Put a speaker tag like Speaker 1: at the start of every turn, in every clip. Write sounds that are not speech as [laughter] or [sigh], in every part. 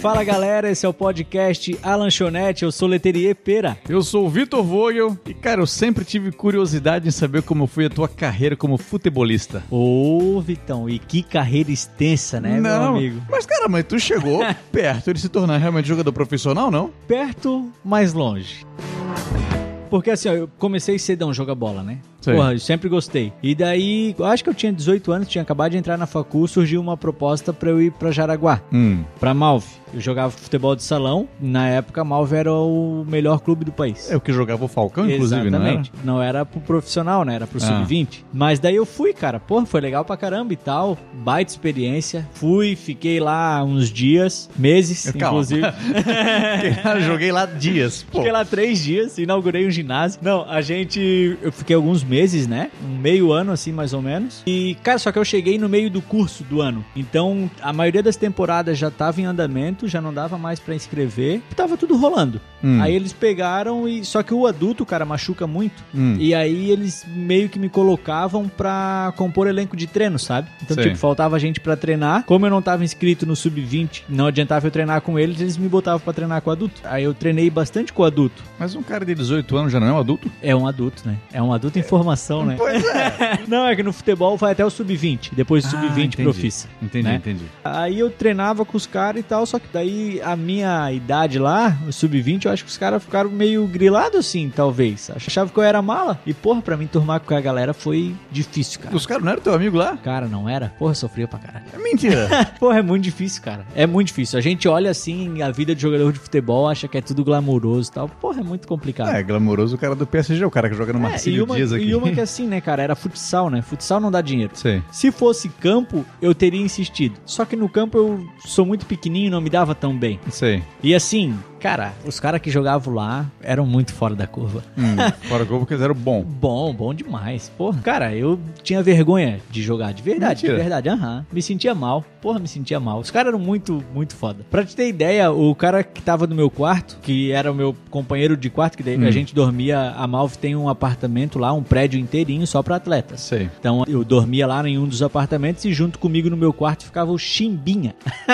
Speaker 1: Fala galera, esse é o podcast A Lanchonete, eu sou Leterier Pera.
Speaker 2: Eu sou o Vitor Vogel e, cara, eu sempre tive curiosidade em saber como foi a tua carreira como futebolista.
Speaker 1: Ô Vitão, e que carreira extensa, né, meu amigo?
Speaker 2: Mas, cara, mas tu [laughs] chegou perto de se tornar realmente jogador profissional, não?
Speaker 1: Perto, mas longe. Porque assim, ó, eu comecei cedão jogar bola, né?
Speaker 2: Sei.
Speaker 1: Porra, eu sempre gostei. E daí, eu acho que eu tinha 18 anos, tinha acabado de entrar na facu, surgiu uma proposta pra eu ir pra Jaraguá,
Speaker 2: Hum.
Speaker 1: pra Malve. Eu jogava futebol de salão, na época a Malve era o melhor clube do país.
Speaker 2: É o que jogava o Falcão, inclusive, não era?
Speaker 1: Exatamente. Não era pro profissional, né? Era pro
Speaker 2: Ah.
Speaker 1: sub-20. Mas daí eu fui, cara. Porra, foi legal pra caramba e tal. Baita experiência. Fui, fiquei lá uns dias, meses,
Speaker 2: Calma.
Speaker 1: inclusive.
Speaker 2: [laughs] Joguei lá dias. Pô.
Speaker 1: Fiquei lá três dias, inaugurei um ginásio. Não, a gente. Eu fiquei alguns meses, né? Um meio ano, assim, mais ou menos. E, cara, só que eu cheguei no meio do curso do ano. Então, a maioria das temporadas já tava em andamento, já não dava mais pra inscrever. Tava tudo rolando.
Speaker 2: Hum.
Speaker 1: Aí eles pegaram e. Só que o adulto, cara, machuca muito.
Speaker 2: Hum.
Speaker 1: E aí eles meio que me colocavam pra compor elenco de treino, sabe? Então,
Speaker 2: Sei.
Speaker 1: tipo, faltava gente pra treinar. Como eu não tava inscrito no sub-20, não adiantava eu treinar com eles, eles me botavam pra treinar com adulto. Aí eu treinei bastante com adulto.
Speaker 2: Mas um cara de 18 anos já não é um adulto?
Speaker 1: É um adulto, né? É um adulto em formação, né?
Speaker 2: Pois [laughs] é.
Speaker 1: [laughs] Não, é que no futebol vai até o sub-20, depois do
Speaker 2: Ah,
Speaker 1: sub-20
Speaker 2: entendi.
Speaker 1: profissa.
Speaker 2: Entendi,
Speaker 1: Né?
Speaker 2: entendi.
Speaker 1: Aí eu treinava com os caras e tal, só que daí a minha idade lá, o sub-20, eu acho que os caras ficaram meio grilados assim, talvez. Achavam que eu era mala. E porra, pra mim turmar com a galera foi difícil, cara.
Speaker 2: Os caras não eram teu amigo lá?
Speaker 1: Cara, não era? Porra, eu sofria pra caralho.
Speaker 2: É [laughs] mentira.
Speaker 1: Porra, é muito difícil, cara. É muito difícil. A gente olha assim a vida de jogador de futebol, acha que é tudo glamouroso e tal. Porra, é muito complicado.
Speaker 2: é, glamouroso o cara do PSG, o cara que joga no
Speaker 1: É,
Speaker 2: Marcílio
Speaker 1: e, uma,
Speaker 2: Dias aqui.
Speaker 1: e uma que assim, né, cara? Era futsal, né? Futsal não dá dinheiro.
Speaker 2: Sei.
Speaker 1: Se fosse campo, eu teria insistido. Só que no campo eu sou muito pequenininho, não me dava tão bem.
Speaker 2: Sei.
Speaker 1: E assim, cara, os caras que jogavam lá eram muito fora da curva.
Speaker 2: Hum, fora o gol porque eles eram bom.
Speaker 1: Bom, bom demais. Porra, cara, eu tinha vergonha de jogar, de verdade,
Speaker 2: Mentira.
Speaker 1: de verdade. Aham. Me sentia mal. Porra, me sentia mal. Os caras eram muito, muito foda. Pra te ter ideia, o cara que tava no meu quarto, que era o meu companheiro de quarto, que daí
Speaker 2: Hum.
Speaker 1: a gente dormia, a Malve tem um apartamento lá, um prédio inteirinho só pra atletas.
Speaker 2: Sei.
Speaker 1: Então eu dormia lá em um dos apartamentos e junto comigo no meu quarto ficava o Chimbinha. [laughs]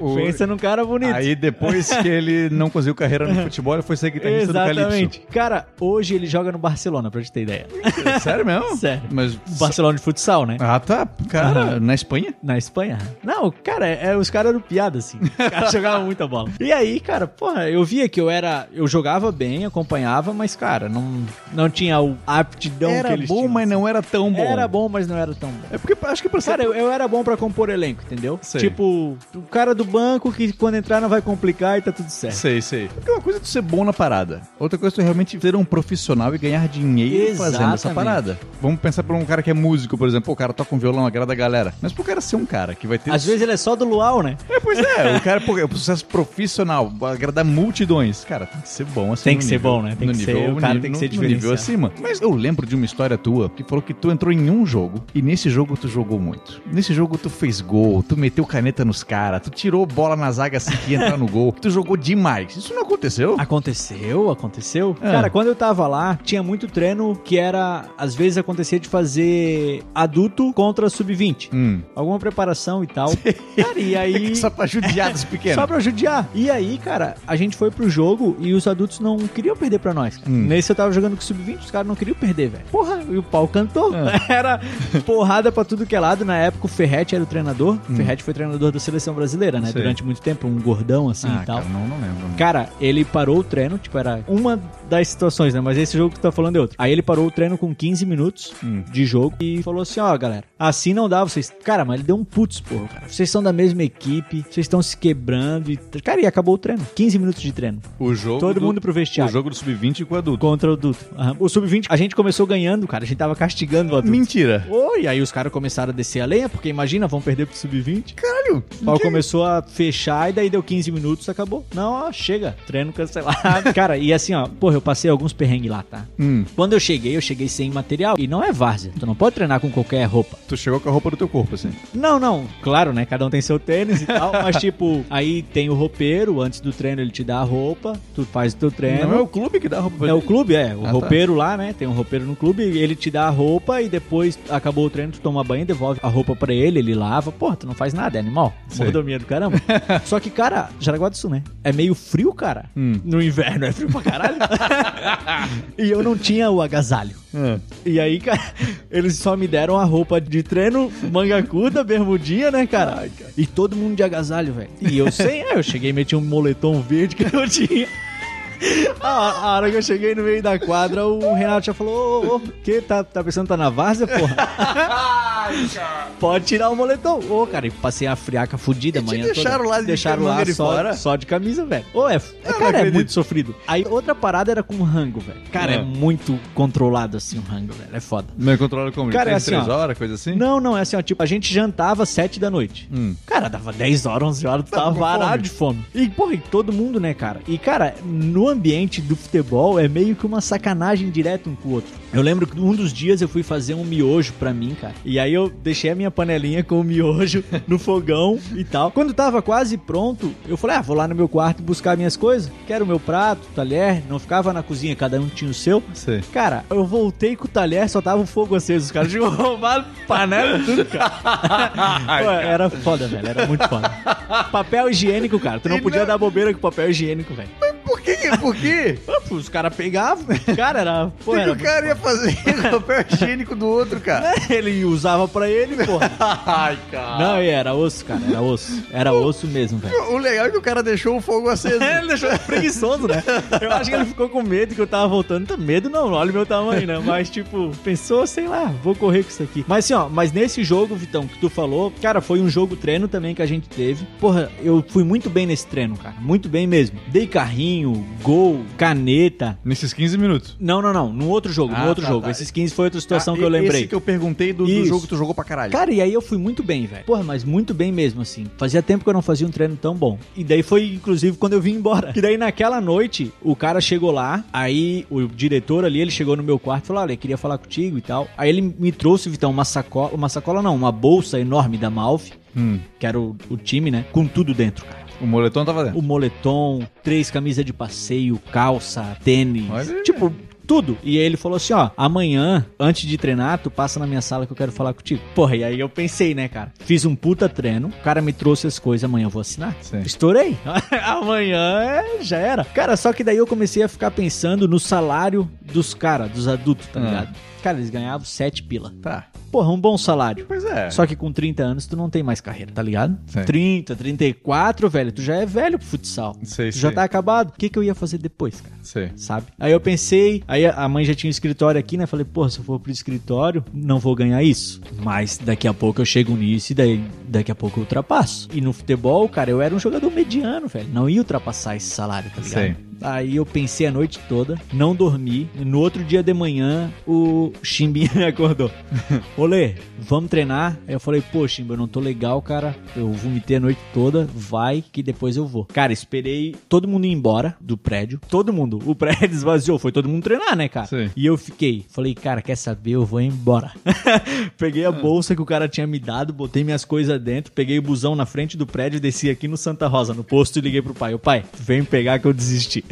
Speaker 2: O-
Speaker 1: Pensa num cara bonito.
Speaker 2: Aí depois que ele não conseguiu carreira [laughs] no futebol, ele foi ser guitarrista
Speaker 1: Exatamente. Cara, hoje ele joga no Barcelona, pra gente ter ideia.
Speaker 2: do Calypso. É [laughs] Sério mesmo?
Speaker 1: Sério.
Speaker 2: Mas.
Speaker 1: Barcelona de futsal, né?
Speaker 2: Ah, tá. Cara, na Espanha?
Speaker 1: Na Espanha? Não, cara, é, os caras eram piada, assim. Os
Speaker 2: [laughs]
Speaker 1: caras jogavam muita bola. E aí, cara, porra, eu via que eu era. Eu jogava bem, acompanhava, mas, cara, não, não tinha o aptidão que
Speaker 2: era
Speaker 1: eles
Speaker 2: bom,
Speaker 1: tinham, assim.
Speaker 2: mas não era tão bom.
Speaker 1: Era bom, mas não era tão bom.
Speaker 2: É porque acho que pra ser
Speaker 1: Cara, eu, eu era bom pra compor elenco, entendeu?
Speaker 2: Sei.
Speaker 1: Tipo, o cara do banco que quando entrar não vai complicar e tá tudo certo.
Speaker 2: É. Sei, sei. Porque uma coisa é tu ser bom na parada. Outra coisa é tu realmente ser um profissional e ganhar dinheiro fazendo essa
Speaker 1: Exatamente.
Speaker 2: parada. Vamos pensar pra um cara que é músico, por exemplo. Pô, o cara toca um violão, agrada a galera. Mas pro cara ser um cara que vai ter...
Speaker 1: Às vezes ele é só do luau, né?
Speaker 2: É, pois é. o cara, pô, é um sucesso profissional, vai agradar multidões. Cara, tem que ser bom assim
Speaker 1: Tem
Speaker 2: no
Speaker 1: que ser
Speaker 2: nível-
Speaker 1: bom, né? Tem
Speaker 2: no
Speaker 1: que ser-
Speaker 2: nível,
Speaker 1: o cara
Speaker 2: no-
Speaker 1: tem que
Speaker 2: no-
Speaker 1: ser
Speaker 2: no nível
Speaker 1: diferenciado.
Speaker 2: acima. Mas eu lembro de uma história tua que falou que tu entrou em um jogo e nesse jogo tu jogou muito. Nesse jogo tu fez gol, tu meteu caneta nos caras, tu tirou bola na zaga assim que ia entrar no gol. Tu jogou demais. Isso não aconteceu?
Speaker 1: Aconteceu, aconteceu.
Speaker 2: É.
Speaker 1: Cara, quando eu tava lá, tinha muito treino que era, às vezes acontecia de fazer adulto contra sub-20.
Speaker 2: Hum.
Speaker 1: Alguma preparação e tal. Cara, [laughs] e
Speaker 2: [laughs]
Speaker 1: aí.
Speaker 2: Só pra judiar dos pequenos.
Speaker 1: Só pra judiar. E aí, cara, a gente foi pro jogo e os adultos não queriam perder pra nós. cara.
Speaker 2: Hum.
Speaker 1: Nesse eu tava jogando com sub-20, os caras não queriam perder, velho. Porra, e o pau cantou.
Speaker 2: É.
Speaker 1: [laughs] Era porrada pra tudo que é lado. Na época o Ferretti era o treinador. O Ferretti foi treinador da seleção brasileira, né?
Speaker 2: Hum. Sei.
Speaker 1: Durante muito tempo, um gordão assim
Speaker 2: Ah,
Speaker 1: e tal.
Speaker 2: cara, não, não lembro.
Speaker 1: Cara, ele parou o treino, tipo, era uma das situações, né? Mas esse jogo que tu tá falando é outro. Aí ele parou o treino com 15 minutos
Speaker 2: Hum.
Speaker 1: de jogo e falou assim: ó, galera, assim não dá vocês. Cara, mas ele deu um putz, porra, cara. Vocês são da mesma equipe, vocês estão se quebrando e. Cara, e acabou o treino. 15 minutos de treino.
Speaker 2: O jogo
Speaker 1: Todo
Speaker 2: do-
Speaker 1: mundo pro
Speaker 2: O
Speaker 1: vestiário.
Speaker 2: jogo do sub-20 com o adulto.
Speaker 1: Contra o adulto. Aham. O sub-20, a gente começou ganhando, cara. A gente tava castigando o adulto.
Speaker 2: Mentira.
Speaker 1: Oi, aí os caras começaram a descer a lenha, porque imagina, vão perder pro sub-20.
Speaker 2: Caralho.
Speaker 1: O pau começou a fechar e daí deu 15 minutos, acabou. Não, ó, chega, treino
Speaker 2: [laughs]
Speaker 1: cancelado. cara, e assim, ó, porra, eu passei alguns perrengues lá, tá?
Speaker 2: Hum,
Speaker 1: Quando eu cheguei, eu cheguei sem material. E não é várzea. Tu não pode treinar com qualquer roupa.
Speaker 2: tu chegou com a roupa do teu corpo, assim.
Speaker 1: Não, não. Claro, né? Cada um tem seu tênis
Speaker 2: [laughs]
Speaker 1: e tal. Mas, tipo, aí tem o roupeiro. Antes do treino, ele te dá a roupa. Tu faz o teu treino.
Speaker 2: Não é o clube que dá a roupa pra
Speaker 1: É o clube, é. O
Speaker 2: Ah, tá.
Speaker 1: roupeiro lá, né? Tem um roupeiro no clube, ele te dá a roupa e depois acabou o treino, tu toma banho, devolve a roupa pra ele, ele lava. Porra, tu não faz nada, é animal.
Speaker 2: Sei.
Speaker 1: Mordomia do
Speaker 2: [laughs]
Speaker 1: caramba. Só que, cara, Jaraguá do Sul, né? É meio frio, cara.
Speaker 2: Hum.
Speaker 1: No inverno é frio pra
Speaker 2: [laughs]
Speaker 1: caralho. [laughs] e eu não tinha o agasalho.
Speaker 2: Ah.
Speaker 1: E aí, cara, [laughs] eles só me deram a roupa de treino, manga curta, bermudinha, né, cara? E todo mundo de agasalho, velho. E eu sei, é, eu cheguei e meti um moletom verde que eu tinha. A, a hora que eu cheguei no meio da quadra, o Renato já falou: Ô, ô, ô, que? Tá, tá pensando que tá na várzea, porra? [laughs] Pode tirar o moletom. Ô, cara, e passei a friaca fudida
Speaker 2: E te
Speaker 1: amanhã.
Speaker 2: deixaram lá de
Speaker 1: deixaram lá
Speaker 2: manga de
Speaker 1: só,
Speaker 2: fora?
Speaker 1: só de camisa, velho. Ô, é. é
Speaker 2: não
Speaker 1: cara, é
Speaker 2: acredito.
Speaker 1: muito sofrido. Aí outra parada era com rango, velho. Cara, é
Speaker 2: Ah.
Speaker 1: muito controlado assim o rango, velho. É foda.
Speaker 2: Não controla como?
Speaker 1: Cara, é
Speaker 2: Três,
Speaker 1: assim,
Speaker 2: três
Speaker 1: ó.
Speaker 2: horas, coisa assim?
Speaker 1: Não, não, é assim, ó, tipo, a gente jantava às 7 da noite.
Speaker 2: Hum.
Speaker 1: Cara, dava 10 horas, 11 horas, tu
Speaker 2: Tava
Speaker 1: tava
Speaker 2: com
Speaker 1: varado
Speaker 2: fome.
Speaker 1: de fome. E, porra, e todo mundo, né, cara? E, cara, no ambiente do futebol é meio que uma sacanagem direto um com o outro. Eu lembro que um dos dias eu fui fazer um miojo pra mim, cara. E aí eu deixei a minha panelinha com o miojo [laughs] no fogão e tal. Quando tava quase pronto, eu falei, ah, vou lá no meu quarto buscar minhas coisas. Quero meu prato, talher. Não ficava na cozinha, cada um tinha o seu.
Speaker 2: [laughs] Sei.
Speaker 1: Cara, eu voltei com o talher, só tava o fogo aceso. Os caras tinham [laughs] roubado panela e tudo, cara. Pô, era foda, velho. Era muito foda. Papel higiênico, cara. Tu não
Speaker 2: E
Speaker 1: podia
Speaker 2: não-
Speaker 1: dar bobeira com papel higiênico, velho.
Speaker 2: Por que? Por quê?
Speaker 1: Os caras pegavam. Cara, era. Pô,
Speaker 2: O que,
Speaker 1: era
Speaker 2: o cara ia fazer com o papel higiênico do outro, cara?
Speaker 1: muito- [laughs] Ele usava pra ele, porra.
Speaker 2: [laughs] Ai, cara.
Speaker 1: Não, e era osso, cara. Era osso. Era osso mesmo, velho.
Speaker 2: O legal é que o cara deixou o
Speaker 1: [laughs]
Speaker 2: fogo aceso.
Speaker 1: Ele deixou preguiçoso, né? Eu acho que ele ficou com medo que eu tava voltando. Tá medo não, olha o meu tamanho, né? Mas, tipo, pensou, sei lá, vou correr com isso aqui. Mas assim, ó, mas nesse jogo, Vitão, que tu falou, cara, foi um jogo treino também que a gente teve. Porra, eu fui muito bem nesse treino, cara. Muito bem mesmo. Dei carrinho, gol, caneta.
Speaker 2: Nesses 15 minutos.
Speaker 1: Não, não, não. Num outro jogo,
Speaker 2: Ah,
Speaker 1: num outro
Speaker 2: tá,
Speaker 1: jogo.
Speaker 2: tá.
Speaker 1: Esses 15 foi outra situação
Speaker 2: Ah,
Speaker 1: que eu
Speaker 2: e-
Speaker 1: lembrei.
Speaker 2: Esse que eu perguntei do, do
Speaker 1: Isso.
Speaker 2: jogo que tu jogou pra caralho.
Speaker 1: Cara, e aí eu fui muito bem, velho. Porra, mas muito bem mesmo, assim. Fazia tempo que eu não fazia um treino tão bom. E daí foi, inclusive, quando eu vim embora. E daí naquela noite, o cara chegou lá, aí o diretor ali, ele chegou no meu quarto e falou: Olha, eu queria falar contigo e tal. Aí ele me trouxe, Vitão, uma sacola. Uma sacola não, uma bolsa enorme da Malfi,
Speaker 2: Hum,
Speaker 1: que era o, o time, né? Com tudo dentro, cara.
Speaker 2: o moletom tava dentro.
Speaker 1: O moletom, três camisas de passeio, calça, tênis.
Speaker 2: Olha aí.
Speaker 1: tipo. Tudo. E aí ele falou assim: ó, amanhã, antes de treinar, tu passa na minha sala que eu quero falar contigo. Porra, e aí eu pensei, né, cara? Fiz um puta treino, o cara me trouxe as coisas, amanhã eu vou assinar.
Speaker 2: Sim.
Speaker 1: Estourei. [laughs] amanhã é, já era. Cara, só que daí eu comecei a ficar pensando no salário dos caras, dos adultos, tá
Speaker 2: Ah.
Speaker 1: ligado? Cara, eles ganhavam sete pila.
Speaker 2: Tá.
Speaker 1: Porra, um bom salário.
Speaker 2: Pois é.
Speaker 1: Só que com 30 anos tu não tem mais carreira, tá ligado?
Speaker 2: Sim.
Speaker 1: 30, 34, velho, tu já é velho pro futsal.
Speaker 2: Sei,
Speaker 1: tu já
Speaker 2: sei.
Speaker 1: tá acabado. O que, que eu ia fazer depois, cara?
Speaker 2: Sei.
Speaker 1: Sabe? Aí eu pensei, aí a a mãe já tinha um escritório aqui, né? Falei, porra, se eu for pro escritório, não vou ganhar isso. Mas daqui a pouco eu chego nisso e daí, daqui a pouco eu ultrapasso. E no futebol, cara, eu era um jogador mediano, velho. Não ia ultrapassar esse salário, tá ligado?
Speaker 2: Sei.
Speaker 1: Aí eu pensei a noite toda, não dormi. E no outro dia de manhã, o Chimbinha [laughs] me acordou. Olê, vamos treinar? Aí eu falei, pô, Chimba, eu não tô legal, cara. Eu vomitei a noite toda, vai que depois eu vou. Cara, esperei todo mundo ir embora do prédio. Todo mundo. O prédio [laughs] esvaziou, foi todo mundo treinar, né, cara?
Speaker 2: Sim.
Speaker 1: E eu fiquei. Falei, cara, quer saber? Eu vou embora. [laughs] peguei a bolsa que o cara tinha me dado, botei minhas coisas dentro, peguei o busão na frente do prédio, desci aqui no Santa Rosa, no posto, e liguei pro pai. Ô, pai, vem pegar que eu desisti. [laughs]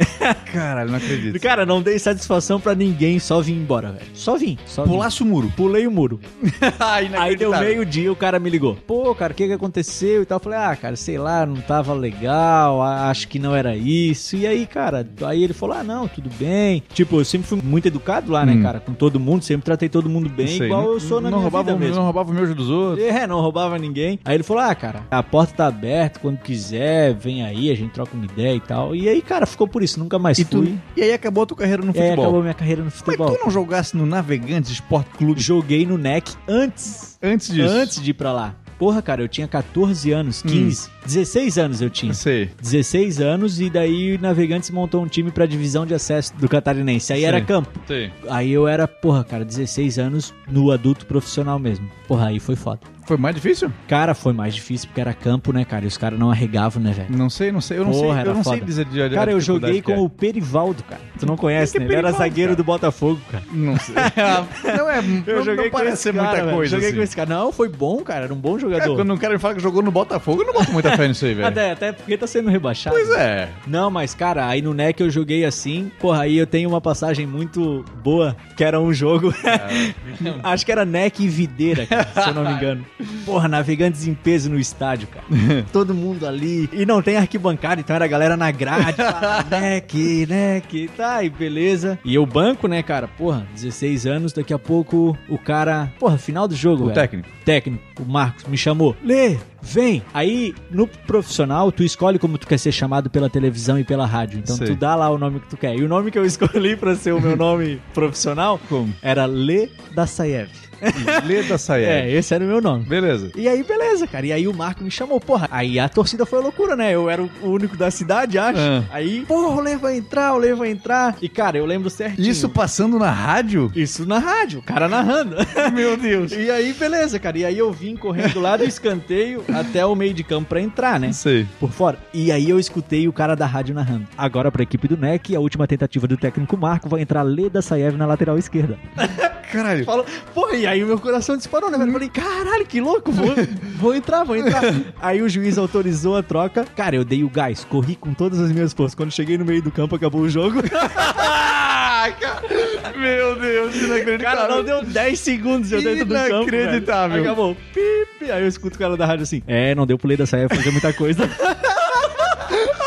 Speaker 2: Caralho, não acredito.
Speaker 1: cara, não dei satisfação pra ninguém, só vim embora, velho. Só vim. Só vim.
Speaker 2: Pulasse o muro.
Speaker 1: Pulei o muro.
Speaker 2: [laughs] Ai,
Speaker 1: Aí deu
Speaker 2: inacreditável.
Speaker 1: meio-dia, o cara me ligou. Pô, cara, o que, que aconteceu e tal? Eu falei, ah, cara, sei lá, não tava legal, a- acho que não era isso. E aí, cara, aí ele falou, ah, não, tudo bem. Tipo, eu sempre fui muito educado lá, né,
Speaker 2: Hum.
Speaker 1: cara? Com todo mundo, sempre tratei todo mundo bem,
Speaker 2: Sei,
Speaker 1: igual
Speaker 2: não-
Speaker 1: eu sou na
Speaker 2: não
Speaker 1: minha
Speaker 2: roubava,
Speaker 1: vida
Speaker 2: o-
Speaker 1: mesmo.
Speaker 2: Não roubava o meu dos outros.
Speaker 1: É, não roubava ninguém. Aí ele falou: Ah, cara, a porta tá aberta, quando quiser, vem aí, a gente troca uma ideia e tal. E aí, cara, ficou por isso, nunca mais
Speaker 2: E, tu-
Speaker 1: fui.
Speaker 2: e aí acabou a tua carreira no
Speaker 1: E aí
Speaker 2: futebol.
Speaker 1: acabou minha carreira no
Speaker 2: Mas
Speaker 1: futebol.
Speaker 2: tu não jogasse no Navegantes Esporte Clube
Speaker 1: Joguei no NEC antes
Speaker 2: antes disso?
Speaker 1: Antes de ir pra lá. Porra, cara, eu tinha 14 anos, 15, 16 anos eu tinha.
Speaker 2: Sei.
Speaker 1: 16 anos e daí o Navegantes montou um time pra divisão de acesso do Catarinense. Aí
Speaker 2: Sim.
Speaker 1: era campo.
Speaker 2: Sei.
Speaker 1: Aí eu era, porra, cara, 16 anos no adulto profissional mesmo. Porra, aí foi foda.
Speaker 2: Foi mais difícil?
Speaker 1: Cara, foi mais difícil porque era campo, né, cara? E os caras não arregavam, né, velho?
Speaker 2: Não sei, não sei. Eu não
Speaker 1: Porra,
Speaker 2: sei,
Speaker 1: era
Speaker 2: eu não sei
Speaker 1: foda.
Speaker 2: dizer de de-
Speaker 1: Cara,
Speaker 2: a
Speaker 1: eu
Speaker 2: dificuldade
Speaker 1: joguei
Speaker 2: que é.
Speaker 1: com o Perivaldo, cara. é. Tu não conhece,
Speaker 2: que
Speaker 1: né? Ele era
Speaker 2: Perivaldo,
Speaker 1: zagueiro
Speaker 2: cara?
Speaker 1: do Botafogo, cara.
Speaker 2: é.
Speaker 1: [laughs]
Speaker 2: Não sei. não é.
Speaker 1: Eu
Speaker 2: não,
Speaker 1: joguei
Speaker 2: não
Speaker 1: com
Speaker 2: parece
Speaker 1: esse
Speaker 2: ser
Speaker 1: cara,
Speaker 2: muita
Speaker 1: velho.
Speaker 2: coisa.
Speaker 1: Joguei
Speaker 2: assim.
Speaker 1: com esse cara. Não, foi bom, cara. Era um bom
Speaker 2: É,
Speaker 1: jogador.
Speaker 2: quando um cara me fala que jogou no Botafogo, eu não boto muita fé nisso aí, velho.
Speaker 1: até, até porque tá sendo rebaixado.
Speaker 2: Pois é.
Speaker 1: Não, mas cara, aí no NEC eu joguei assim. Porra, aí eu tenho uma passagem muito boa, que era um jogo.
Speaker 2: Ah,
Speaker 1: [laughs]
Speaker 2: então.
Speaker 1: Acho que era NEC e Videira, cara, se eu
Speaker 2: [laughs]
Speaker 1: não me engano. Porra, navegantes em peso no estádio, cara. Todo mundo ali. E não tem arquibancada, então era a galera na grade. pá, [laughs] NEC, NEC, tá, e beleza. E eu banco, né, cara? Porra, 16 anos, daqui a pouco o cara. Porra, final do jogo,
Speaker 2: O
Speaker 1: velho
Speaker 2: técnico.
Speaker 1: técnico, o Marcos, me chamou. Lê, vem. Aí, no profissional, tu escolhe como tu quer ser chamado pela televisão e pela rádio. Então,
Speaker 2: Sei.
Speaker 1: tu dá lá o nome que tu quer. E o nome que eu [laughs] escolhi pra ser o meu nome profissional
Speaker 2: Como?
Speaker 1: era Lê Dassaev.
Speaker 2: Leda
Speaker 1: É,
Speaker 2: Sayed.
Speaker 1: esse era o meu nome.
Speaker 2: Beleza.
Speaker 1: E aí, beleza, cara. E aí o Marco me chamou, porra. Aí a torcida foi loucura, né? Eu era o único da cidade, acho.
Speaker 2: Ah.
Speaker 1: Aí, porra, o Lê vai entrar, o Lê vai entrar. E, cara, eu lembro certinho.
Speaker 2: Isso passando na
Speaker 1: [laughs]
Speaker 2: rádio?
Speaker 1: Isso na rádio, o cara narrando. [laughs]
Speaker 2: Meu Deus.
Speaker 1: E aí, beleza, cara. E aí eu vim correndo lá do escanteio até o meio de campo pra entrar, né?
Speaker 2: Não sei.
Speaker 1: Por fora. E aí eu escutei o cara da rádio narrando. Agora pra equipe do NEC, a última tentativa do técnico Marco vai entrar Leda Saiev na lateral esquerda.
Speaker 2: Caralho.
Speaker 1: Falou, pô, e aí meu coração disparou, né? velho? Eu falei, caralho, que louco, vou, vou entrar, vou entrar. Aí o juiz autorizou a troca. Cara, eu dei o gás, corri com todas as minhas forças. Quando cheguei no meio do campo, acabou o jogo.
Speaker 2: Ah, cara. Meu Deus, inacreditável.
Speaker 1: Cara, não deu 10 segundos eu dentro do campo.
Speaker 2: Inacreditável.
Speaker 1: velho. Acabou. Pip. Aí eu escuto o cara da rádio assim: É, não deu pro Lei da Saia fazer muita coisa.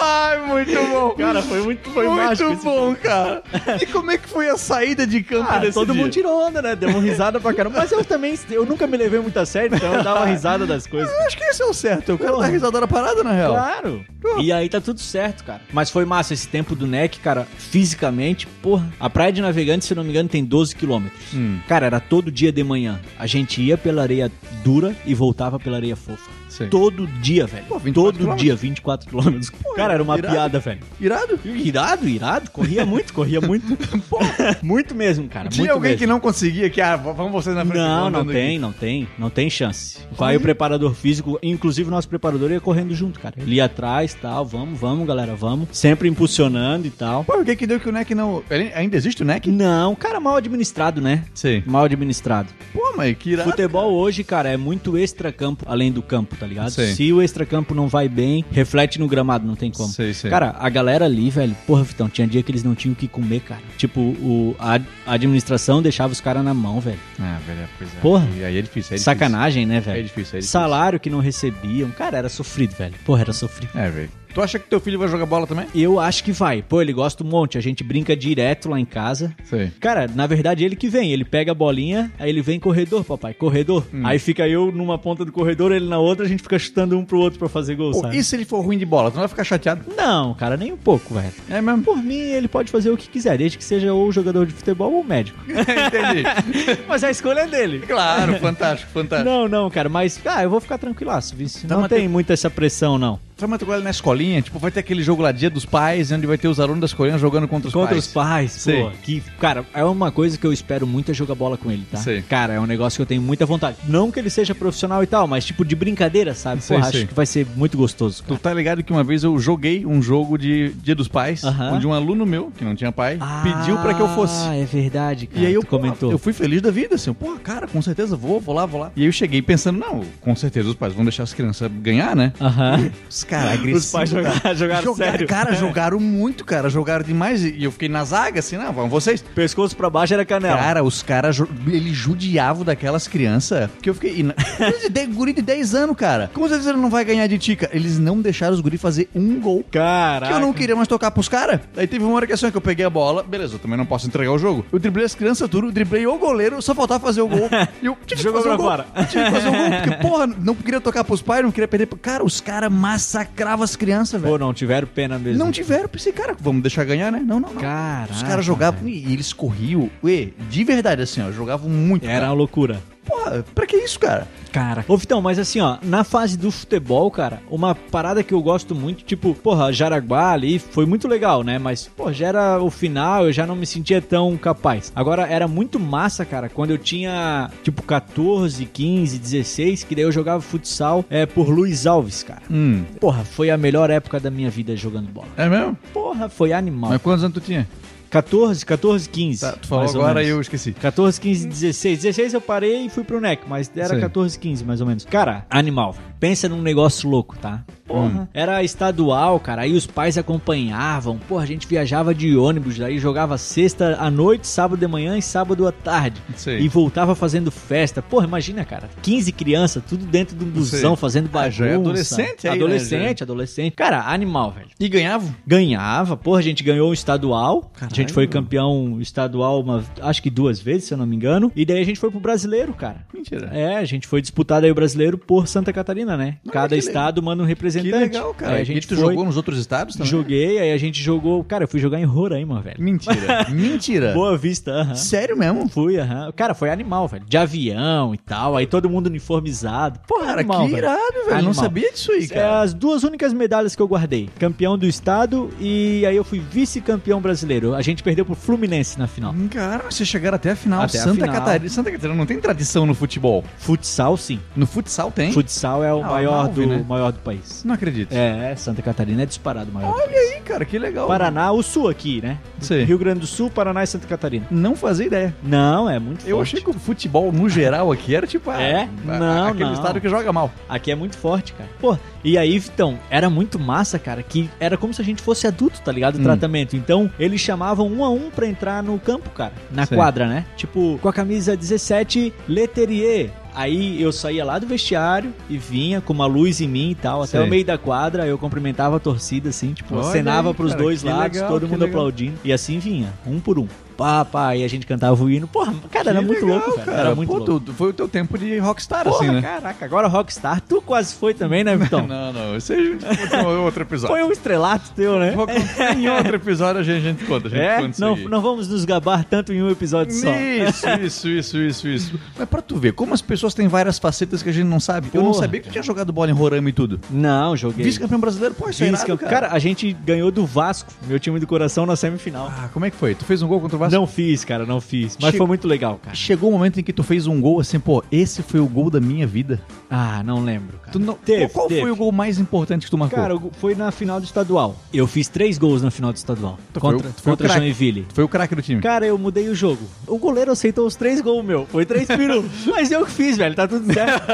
Speaker 2: Ai, muito bom.
Speaker 1: [laughs] cara, foi muito, foi mágico.
Speaker 2: muito
Speaker 1: esse-
Speaker 2: bom, cara. E como é que foi a saída de campo
Speaker 1: Ah,
Speaker 2: desse
Speaker 1: todo
Speaker 2: dia?
Speaker 1: mundo tirou onda, né? Deu uma risada pra caramba. Mas eu também, eu nunca me levei muito a sério, então eu dava risada das coisas.
Speaker 2: Eu acho que esse é o certo. Eu quero
Speaker 1: Porra.
Speaker 2: dar risada na parada, na real.
Speaker 1: Claro. Então, E aí tá tudo certo, cara. Mas foi massa esse tempo do NEC, cara, fisicamente, porra. A Praia de Navegantes, se eu não me engano, tem 12 quilômetros.
Speaker 2: Hum.
Speaker 1: Cara, era todo dia de manhã. A gente ia pela areia dura e voltava pela areia fofa.
Speaker 2: Sim.
Speaker 1: Todo dia, velho.
Speaker 2: Pô, 24
Speaker 1: todo
Speaker 2: quilômetros?
Speaker 1: dia, 24 quilômetros. Cara, era uma
Speaker 2: irado.
Speaker 1: piada, velho.
Speaker 2: Irado?
Speaker 1: é Irado, irado. Corria muito, corria [laughs] muito. Pô, muito mesmo, cara.
Speaker 2: Tinha
Speaker 1: É muito
Speaker 2: alguém
Speaker 1: mesmo.
Speaker 2: que não conseguia, que ah, v- vamos vocês na frente.
Speaker 1: Não,
Speaker 2: vamos
Speaker 1: não
Speaker 2: andando
Speaker 1: tem,
Speaker 2: aqui. Uhum.
Speaker 1: não tem, não tem chance. Vai o preparador físico, inclusive o nosso preparador ia correndo junto, cara. Ele ia atrás, tal, vamos, vamos, galera, vamos. Sempre impulsionando e tal.
Speaker 2: Pô, o que que deu que o NEC não... Ele- Ainda existe o NEC?
Speaker 1: Não, cara, mal administrado, né?
Speaker 2: Sim.
Speaker 1: Mal administrado.
Speaker 2: Pô, mas que irado.
Speaker 1: Futebol hoje, cara, é muito extracampo, além do campo, tá ligado?
Speaker 2: Sei.
Speaker 1: Se o extracampo não vai bem, reflete no gramado, não tem como.
Speaker 2: Sei, sei.
Speaker 1: Cara, a galera ali, velho, porra, Vitão, tinha dia que eles não tinham o que comer, cara. Tipo, o, a a administração deixava os caras na mão, velho.
Speaker 2: Ah, velho, é, pois é.
Speaker 1: Porra.
Speaker 2: E aí é difícil, é difícil.
Speaker 1: Sacanagem, né,
Speaker 2: É
Speaker 1: velho?
Speaker 2: difícil, é difícil.
Speaker 1: Salário que não recebiam. Cara, era sofrido, velho. Porra, era sofrido.
Speaker 2: É, velho. Tu acha que teu filho vai jogar bola também?
Speaker 1: Eu acho que vai. Pô, ele gosta um monte. A gente brinca direto lá em casa.
Speaker 2: Sei.
Speaker 1: Cara, na verdade ele que vem, ele pega a bolinha, aí ele vem corredor, papai, corredor. Aí fica eu numa ponta do corredor, ele na outra, a gente fica chutando um pro outro pra fazer gol,
Speaker 2: Pô,
Speaker 1: sabe?
Speaker 2: e se ele for ruim de bola? Tu não vai ficar chateado?
Speaker 1: Não, cara, nem um pouco, velho.
Speaker 2: É mesmo?
Speaker 1: Por mim, ele pode fazer o que quiser, desde que seja ou jogador de futebol ou médico.
Speaker 2: [laughs] Entendi.
Speaker 1: [laughs] Mas a escolha é dele.
Speaker 2: Claro, fantástico, fantástico.
Speaker 1: Não, não, cara, mas, ah, eu vou ficar tranquilaço, vice.
Speaker 2: Tá,
Speaker 1: Não
Speaker 2: mas
Speaker 1: tem muita essa pressão, não.
Speaker 2: Trama agora na escolinha, tipo, vai ter aquele jogo lá, dia dos pais, onde vai ter os alunos da escolinha jogando contra os
Speaker 1: Contra
Speaker 2: pais.
Speaker 1: os pais, pô.
Speaker 2: Sim.
Speaker 1: Que, cara, é uma coisa que eu espero muito é jogar bola com ele, tá?
Speaker 2: Sim.
Speaker 1: Cara, é um negócio que eu tenho muita vontade. Não que ele seja profissional e tal, mas tipo de brincadeira, sabe?
Speaker 2: Sim,
Speaker 1: Porra,
Speaker 2: sim.
Speaker 1: acho que vai ser muito gostoso.
Speaker 2: Tu
Speaker 1: Cara.
Speaker 2: tá ligado que uma vez eu joguei um jogo de Dia dos Pais,
Speaker 1: Aham.
Speaker 2: onde um aluno meu, que não tinha pai, pediu pra que eu fosse.
Speaker 1: Ah, é verdade, cara.
Speaker 2: E aí eu,
Speaker 1: Tu comentou.
Speaker 2: eu fui feliz da vida, assim, pô, cara, com certeza vou, vou lá, vou lá. E aí eu cheguei pensando, não, com certeza os pais vão deixar as crianças ganhar, né?
Speaker 1: Aham.
Speaker 2: Os caras agressivos.
Speaker 1: Os pais
Speaker 2: cara.
Speaker 1: jogaram- [laughs] jogaram sério. É.
Speaker 2: Cara, jogaram muito, cara, jogaram demais. E eu fiquei na zaga, assim, não, vão vocês.
Speaker 1: [laughs] Pescoço pra baixo era canela.
Speaker 2: Cara, os caras, ju- ele judiava daquelas crianças que eu fiquei. e na- [laughs] Coisa de de- guri de 10 anos, cara. Com certeza ele não vai ganhar de tica. Eles não deixaram os guri fazer um gol. Que
Speaker 1: Caraca.
Speaker 2: eu não queria mais tocar pros caras. Aí teve uma hora que assim, que eu peguei a bola, beleza, eu também não posso entregar o jogo. Eu driblei as crianças tudo, driblei o goleiro, só faltava fazer
Speaker 1: [laughs]
Speaker 2: o gol. E eu tive
Speaker 1: Jogou
Speaker 2: que fazer
Speaker 1: pra
Speaker 2: o gol.
Speaker 1: fora.
Speaker 2: Eu tive que fazer
Speaker 1: [laughs]
Speaker 2: o gol, porque, porra, não queria tocar pros pais, não queria perder. pro- Cara, os caras massacravam as crianças,
Speaker 1: Pô,
Speaker 2: velho.
Speaker 1: não tiveram pena mesmo.
Speaker 2: Não tiveram, pensei, cara, vamos deixar ganhar, né? Não, não, não.
Speaker 1: Caraca.
Speaker 2: Os caras jogavam e eles corriam, ué, de verdade, assim, ó, jogavam muito.
Speaker 1: Era um- uma loucura.
Speaker 2: cara. Porra, pra que isso, cara?
Speaker 1: Cara. Ô, Vitão, mas assim, ó, na fase do futebol, cara, uma parada que eu gosto muito, tipo, porra, Jaraguá ali foi muito legal, né? Mas, pô, já era o final, eu já não me sentia tão capaz. Agora, era muito massa, cara, quando eu tinha, tipo, 14, 15, 16, que daí eu jogava futsal é, por Luiz Alves, cara.
Speaker 2: Hum.
Speaker 1: Porra, foi a melhor época da minha vida jogando bola.
Speaker 2: É mesmo?
Speaker 1: Porra, foi animal.
Speaker 2: Mas quantos anos tu tinha?
Speaker 1: 14, 14, 15.
Speaker 2: Tá, tu falou
Speaker 1: mais ou
Speaker 2: agora e
Speaker 1: menos.
Speaker 2: eu esqueci.
Speaker 1: 14, 15, 16. 16 eu parei e fui pro NEC, mas era
Speaker 2: Sei.
Speaker 1: 14, 15 mais ou menos. Cara, animal. velho. Pensa num negócio louco, tá? Porra. Era estadual, cara. Aí os pais acompanhavam. Porra, a gente viajava de ônibus. Daí jogava sexta à noite, sábado de manhã e sábado à tarde.
Speaker 2: Sei.
Speaker 1: E voltava fazendo festa. Porra, imagina, cara. 15 crianças, tudo dentro de um busão, fazendo
Speaker 2: Ah,
Speaker 1: bagunça.
Speaker 2: já é adolescente aí, né?
Speaker 1: Adolescente, adolescente. Cara, animal, velho.
Speaker 2: E ganhavam?
Speaker 1: Ganhava, porra, a gente ganhou o estadual. A gente
Speaker 2: Caralho.
Speaker 1: foi campeão estadual, uma, acho que duas vezes, se eu não me engano. E daí a gente foi pro brasileiro, cara.
Speaker 2: Mentira.
Speaker 1: É, a gente foi disputado aí o brasileiro por Santa Catarina, né?
Speaker 2: Não,
Speaker 1: Cada
Speaker 2: que le-
Speaker 1: estado manda um
Speaker 2: Que
Speaker 1: representante.
Speaker 2: legal, cara.
Speaker 1: Aí a
Speaker 2: e
Speaker 1: gente
Speaker 2: tu
Speaker 1: foi,
Speaker 2: jogou né? nos outros estados também?
Speaker 1: joguei, aí a gente jogou. Cara, eu fui jogar em Roraima, velho. [laughs]
Speaker 2: Mentira. Mentira.
Speaker 1: Boa vista, aham.
Speaker 2: Sério mesmo?
Speaker 1: Fui, aham. Cara, foi animal, velho. De avião e tal, aí todo mundo uniformizado. Porra,
Speaker 2: Cara,
Speaker 1: animal,
Speaker 2: que
Speaker 1: velho.
Speaker 2: irado, velho. Não
Speaker 1: Animal.
Speaker 2: sabia disso aí,
Speaker 1: É
Speaker 2: cara.
Speaker 1: as duas únicas medalhas que eu guardei. Campeão do estado e aí eu fui vice-campeão brasileiro. A gente perdeu pro Fluminense na final.
Speaker 2: Hum, Cara, vocês chegaram até a final.
Speaker 1: Até a
Speaker 2: Santa
Speaker 1: final.
Speaker 2: Catarina. Santa Catarina não tem tradição no futebol.
Speaker 1: Futsal, sim.
Speaker 2: No futsal tem?
Speaker 1: Futsal é o
Speaker 2: Ah,
Speaker 1: maior,
Speaker 2: Malve,
Speaker 1: do,
Speaker 2: né?
Speaker 1: maior do país.
Speaker 2: Não acredito.
Speaker 1: É, é, Santa Catarina é disparado o maior. do
Speaker 2: Olha
Speaker 1: país.
Speaker 2: aí, cara, que legal.
Speaker 1: Paraná, o sul aqui, né?
Speaker 2: Sei.
Speaker 1: Rio Grande do Sul, Paraná e Santa Catarina.
Speaker 2: Não fazia ideia.
Speaker 1: Não, é muito forte.
Speaker 2: Eu achei que o futebol no geral aqui era tipo ah,
Speaker 1: É?
Speaker 2: a-
Speaker 1: Não,
Speaker 2: aquele
Speaker 1: não.
Speaker 2: estado que joga mal.
Speaker 1: Aqui é muito forte, cara. Pô, e aí, Vitão, era muito massa, cara, que era como se a gente fosse adulto, tá ligado? O
Speaker 2: Hum.
Speaker 1: tratamento. Então, eles chamavam um a um pra entrar no campo, cara. Na
Speaker 2: Sei.
Speaker 1: quadra, né? Tipo, com a camisa 17, Leterier. Aí eu saía lá do vestiário e vinha com uma luz em mim e tal, até
Speaker 2: Sei.
Speaker 1: o meio da quadra, eu cumprimentava a torcida, assim, tipo,
Speaker 2: Olha
Speaker 1: acenava
Speaker 2: aí,
Speaker 1: pros
Speaker 2: cara,
Speaker 1: dois
Speaker 2: que
Speaker 1: lados,
Speaker 2: legal,
Speaker 1: todo
Speaker 2: que
Speaker 1: mundo
Speaker 2: legal.
Speaker 1: aplaudindo. E assim vinha, um por um. Pá, pá, e a gente cantava o hino. Porra, cara, era
Speaker 2: Que
Speaker 1: muito
Speaker 2: legal,
Speaker 1: louco, cara. Era muito
Speaker 2: Pô,
Speaker 1: louco.
Speaker 2: tu- tu- foi o teu tempo de rockstar,
Speaker 1: Porra,
Speaker 2: assim, né?
Speaker 1: caraca, agora Rockstar, tu quase foi também, né, Vitão?
Speaker 2: [laughs] Não, não, isso aí a gente conta em outro episódio.
Speaker 1: Foi um estrelato teu, né?
Speaker 2: Vou contar em outro episódio a gente, a gente conta. A gente
Speaker 1: É?
Speaker 2: conta isso
Speaker 1: Não,
Speaker 2: aí.
Speaker 1: não vamos nos gabar tanto em um episódio só.
Speaker 2: Isso, isso, isso, isso, isso. Mas pra tu ver, como as pessoas têm várias facetas que a gente não sabe. Eu não
Speaker 1: Porra,
Speaker 2: sabia que tu tinha jogado bola em Roraima e tudo.
Speaker 1: Não, joguei.
Speaker 2: Vice-campeão brasileiro, pô, isso é irado,
Speaker 1: Visca-
Speaker 2: cara.
Speaker 1: Cara, a gente ganhou do Vasco, meu time do coração, na semifinal.
Speaker 2: Ah, como é que foi? Tu fez um gol contra o Vasco?
Speaker 1: Não fiz, cara, não fiz. Mas
Speaker 2: Che-
Speaker 1: foi muito legal, cara.
Speaker 2: Chegou o momento em que tu fez um gol assim, pô, esse foi o gol da minha vida.
Speaker 1: Ah, não lembro, cara.
Speaker 2: Tu não...
Speaker 1: Teve,
Speaker 2: qual
Speaker 1: teve.
Speaker 2: foi o gol mais importante que tu marcou?
Speaker 1: Cara, o- foi na final do estadual. Eu fiz três gols na final do estadual.
Speaker 2: Tu foi o-
Speaker 1: Contra,
Speaker 2: tu foi o
Speaker 1: contra
Speaker 2: craque.
Speaker 1: Joinville.
Speaker 2: Tu foi o craque do time.
Speaker 1: Cara, eu mudei o jogo. O goleiro aceitou os três gols, meu. Foi três
Speaker 2: [laughs]
Speaker 1: peru. Mas eu que fiz, velho. Tá tudo certo.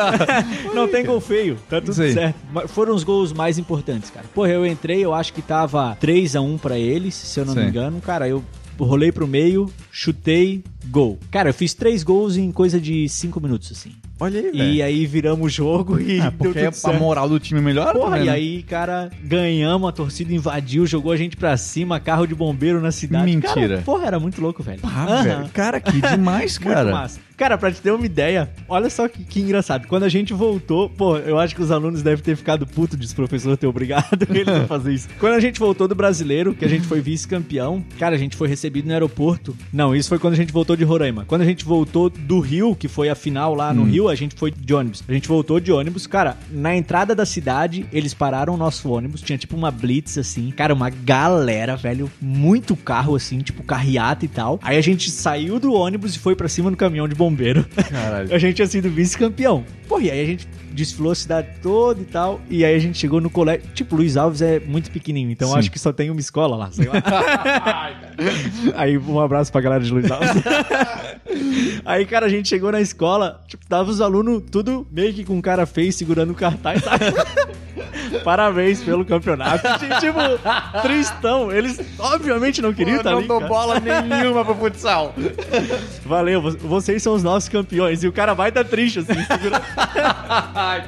Speaker 1: Não tem gol feio. Tá tudo
Speaker 2: Sei.
Speaker 1: certo. Mas foram os gols mais importantes, cara. Porra, eu entrei, eu acho que tava 3 a 1 pra eles, se eu não me
Speaker 2: Sim.
Speaker 1: engano. Cara, eu rolei pro meio, chutei, gol. Cara, eu fiz três gols em coisa de cinco minutos, assim.
Speaker 2: Olha aí,
Speaker 1: E aí viramos o jogo e
Speaker 2: Ah,
Speaker 1: deu
Speaker 2: É. porque
Speaker 1: tudo
Speaker 2: a
Speaker 1: certo.
Speaker 2: moral do time melhor
Speaker 1: Porra,
Speaker 2: também,
Speaker 1: e
Speaker 2: né?
Speaker 1: aí, cara, ganhamos, a torcida invadiu, jogou a gente pra cima, carro de bombeiro na cidade.
Speaker 2: Mentira.
Speaker 1: Cara, porra, era muito louco, velho.
Speaker 2: Pá,
Speaker 1: Aham.
Speaker 2: Ah, velho. Cara, que demais,
Speaker 1: Muito
Speaker 2: cara.
Speaker 1: massa. Cara, pra te ter uma ideia, olha só que, que engraçado. Quando a gente voltou, pô, eu acho que os alunos devem ter ficado puto disso, professor, ter obrigado [laughs] ele a fazer isso. Quando a gente voltou do brasileiro, que a gente foi vice-campeão, cara, a gente foi recebido no aeroporto. Não, isso foi quando a gente voltou de Roraima. Quando a gente voltou do Rio, que foi a final lá no Rio, a gente foi de ônibus. A gente voltou de ônibus, cara, na entrada da cidade, eles pararam o nosso ônibus, tinha tipo uma blitz assim, cara, uma galera, velho, muito carro assim, tipo carreata e tal. Aí a gente saiu do ônibus e foi pra cima no caminhão de bombeiro. [laughs]
Speaker 2: Caralho.
Speaker 1: a gente tinha sido vice-campeão. Porra, e aí a gente desfilou a cidade toda e tal. E aí a gente chegou no colégio. Tipo, Luiz Alves é muito pequenininho, então
Speaker 2: Sim.
Speaker 1: acho que só tem uma escola lá, sei lá.
Speaker 2: [laughs]
Speaker 1: aí um abraço pra galera de Luiz Alves. Aí, cara, a gente chegou na escola, tipo, tava os alunos tudo meio que com cara feio, segurando o cartaz,
Speaker 2: [laughs]
Speaker 1: sabe? Parabéns pelo campeonato. Tipo,
Speaker 2: [laughs]
Speaker 1: tristão. Eles obviamente não queriam estar ali, cara.
Speaker 2: bola nenhuma pro futsal.
Speaker 1: Valeu, vo- vocês são os nossos campeões. E o cara vai dar triste, assim, [laughs] segurando. Ah,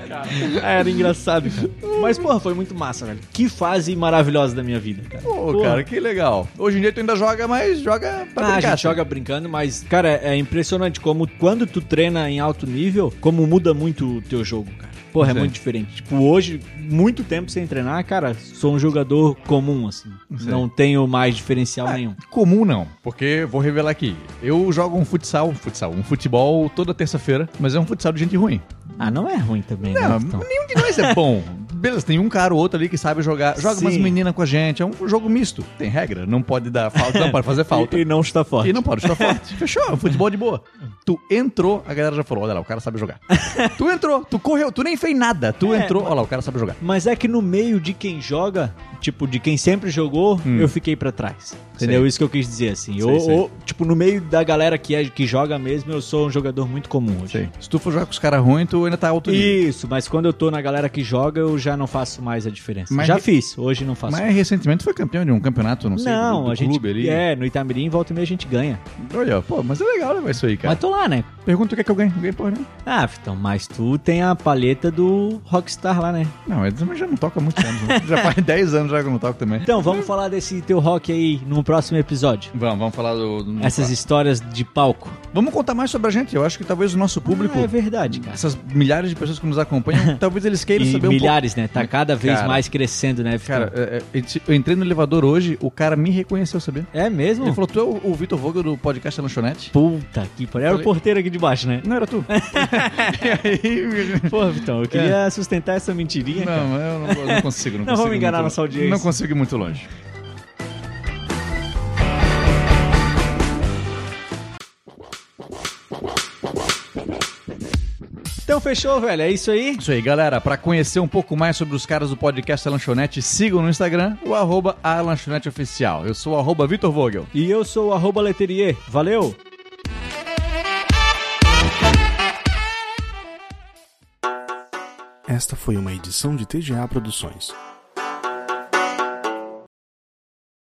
Speaker 1: Era engraçado, cara. Mas, porra, foi muito massa, velho. Que fase maravilhosa da minha vida, cara.
Speaker 2: [laughs] Pô,
Speaker 1: Porra.
Speaker 2: cara, que legal. Hoje em dia tu ainda joga, mas joga pra
Speaker 1: Ah, a
Speaker 2: brincar.
Speaker 1: gente joga brincando, mas, é cara, é impressionante como quando tu treina em alto nível, como muda muito o teu jogo, cara. Porra, é
Speaker 2: Sim.
Speaker 1: muito diferente. Tipo, hoje, muito tempo sem treinar, cara, sou um jogador comum, assim.
Speaker 2: Sim.
Speaker 1: Não tenho mais diferencial nenhum.
Speaker 2: Comum não, porque vou revelar aqui. Eu jogo um futsal, futsal, um futebol toda terça-feira, mas é um futsal de gente ruim.
Speaker 1: Ah, não é ruim também,
Speaker 2: Não,
Speaker 1: né? Vitão?
Speaker 2: nenhum de nós
Speaker 1: [laughs]
Speaker 2: é bom. Beleza, tem um cara ou outro ali que sabe jogar. Joga umas
Speaker 1: Sim.
Speaker 2: meninas com a gente. É um jogo misto. Tem regra. Não pode dar falta, não
Speaker 1: [laughs]
Speaker 2: pode fazer falta.
Speaker 1: E, e não está forte.
Speaker 2: E não pode estar
Speaker 1: [laughs]
Speaker 2: forte. Fechou, um futebol de boa. Tu entrou, a galera já falou: olha lá, o cara
Speaker 1: [laughs]
Speaker 2: sabe jogar. tu entrou, tu correu, tu nem fez nada. Tu
Speaker 1: É,
Speaker 2: entrou, olha lá, o cara sabe jogar.
Speaker 1: Mas é que no meio de quem joga, tipo, de quem sempre jogou, eu fiquei pra trás. Entendeu?
Speaker 2: Hum. Sei.
Speaker 1: Isso que eu quis dizer, assim.
Speaker 2: Sei,
Speaker 1: ou,
Speaker 2: sei.
Speaker 1: ou, tipo, no meio da galera que, é, que joga mesmo, eu sou um jogador muito comum hoje.
Speaker 2: Sei. Se tu for jogar com os caras ruins, tu ainda tá alto nível.
Speaker 1: Isso, mas quando eu tô na galera que joga, eu já não faço mais a diferença.
Speaker 2: Mas-
Speaker 1: já fiz, hoje não faço.
Speaker 2: Mas recentemente foi campeão de um campeonato, não sei,
Speaker 1: não,
Speaker 2: do, do
Speaker 1: a gente.
Speaker 2: clube ali.
Speaker 1: É, no Itamirim, volta e meia a gente ganha.
Speaker 2: Olha, pô, mas é legal né, isso aí, cara.
Speaker 1: Mas tô lá, né?
Speaker 2: Pergunta o que é que eu ganho. Não ganho porra, né?
Speaker 1: Ah, então, mas tu tem a palheta do Rockstar lá, né?
Speaker 2: Não, mas eu já não toco há muitos anos. né? já faz [laughs] 10 anos já que eu não toco também.
Speaker 1: Então, vamos falar desse teu rock aí no próximo episódio.
Speaker 2: Vamos, vamos falar do. do-
Speaker 1: Essas histórias de palco.
Speaker 2: Vamos contar mais sobre a gente. Eu acho que talvez o nosso público,
Speaker 1: Ah, é verdade, cara.
Speaker 2: essas milhares de pessoas que
Speaker 1: [laughs]
Speaker 2: nos acompanham, talvez eles queiram
Speaker 1: E
Speaker 2: saber um pouco.
Speaker 1: milhares, né? Tá cada vez
Speaker 2: Cara.
Speaker 1: mais crescendo, né, Vitão?
Speaker 2: Cara, é, é, eu te- eu entrei no elevador hoje, o cara me reconheceu, sabia?
Speaker 1: é mesmo?
Speaker 2: Ele falou: Tu é o, o Vitor Vogel do podcast da Lanchonete?
Speaker 1: Puta que pariu. Era o
Speaker 2: Falei-
Speaker 1: porteiro aqui de baixo, né? [laughs]
Speaker 2: Não, era tu. [laughs] e aí,
Speaker 1: Pô, Vitão, eu queria sustentar essa mentirinha, cara.
Speaker 2: É. Não, eu
Speaker 1: [laughs]
Speaker 2: não, eu não consigo. Não,
Speaker 1: Não vamos
Speaker 2: consigo
Speaker 1: enganar
Speaker 2: muito-
Speaker 1: nossa audiência.
Speaker 2: Não consigo ir muito longe.
Speaker 1: Então fechou, velho. É isso aí.
Speaker 2: Isso aí, galera. Pra conhecer um pouco mais sobre os caras do podcast A Lanchonete, sigam no Instagram o arroba A Lanchonete Oficial. Eu sou o arroba Vitor Vogel.
Speaker 1: E eu sou o arroba Leterier. Valeu!
Speaker 3: Esta foi uma edição de TGA Produções.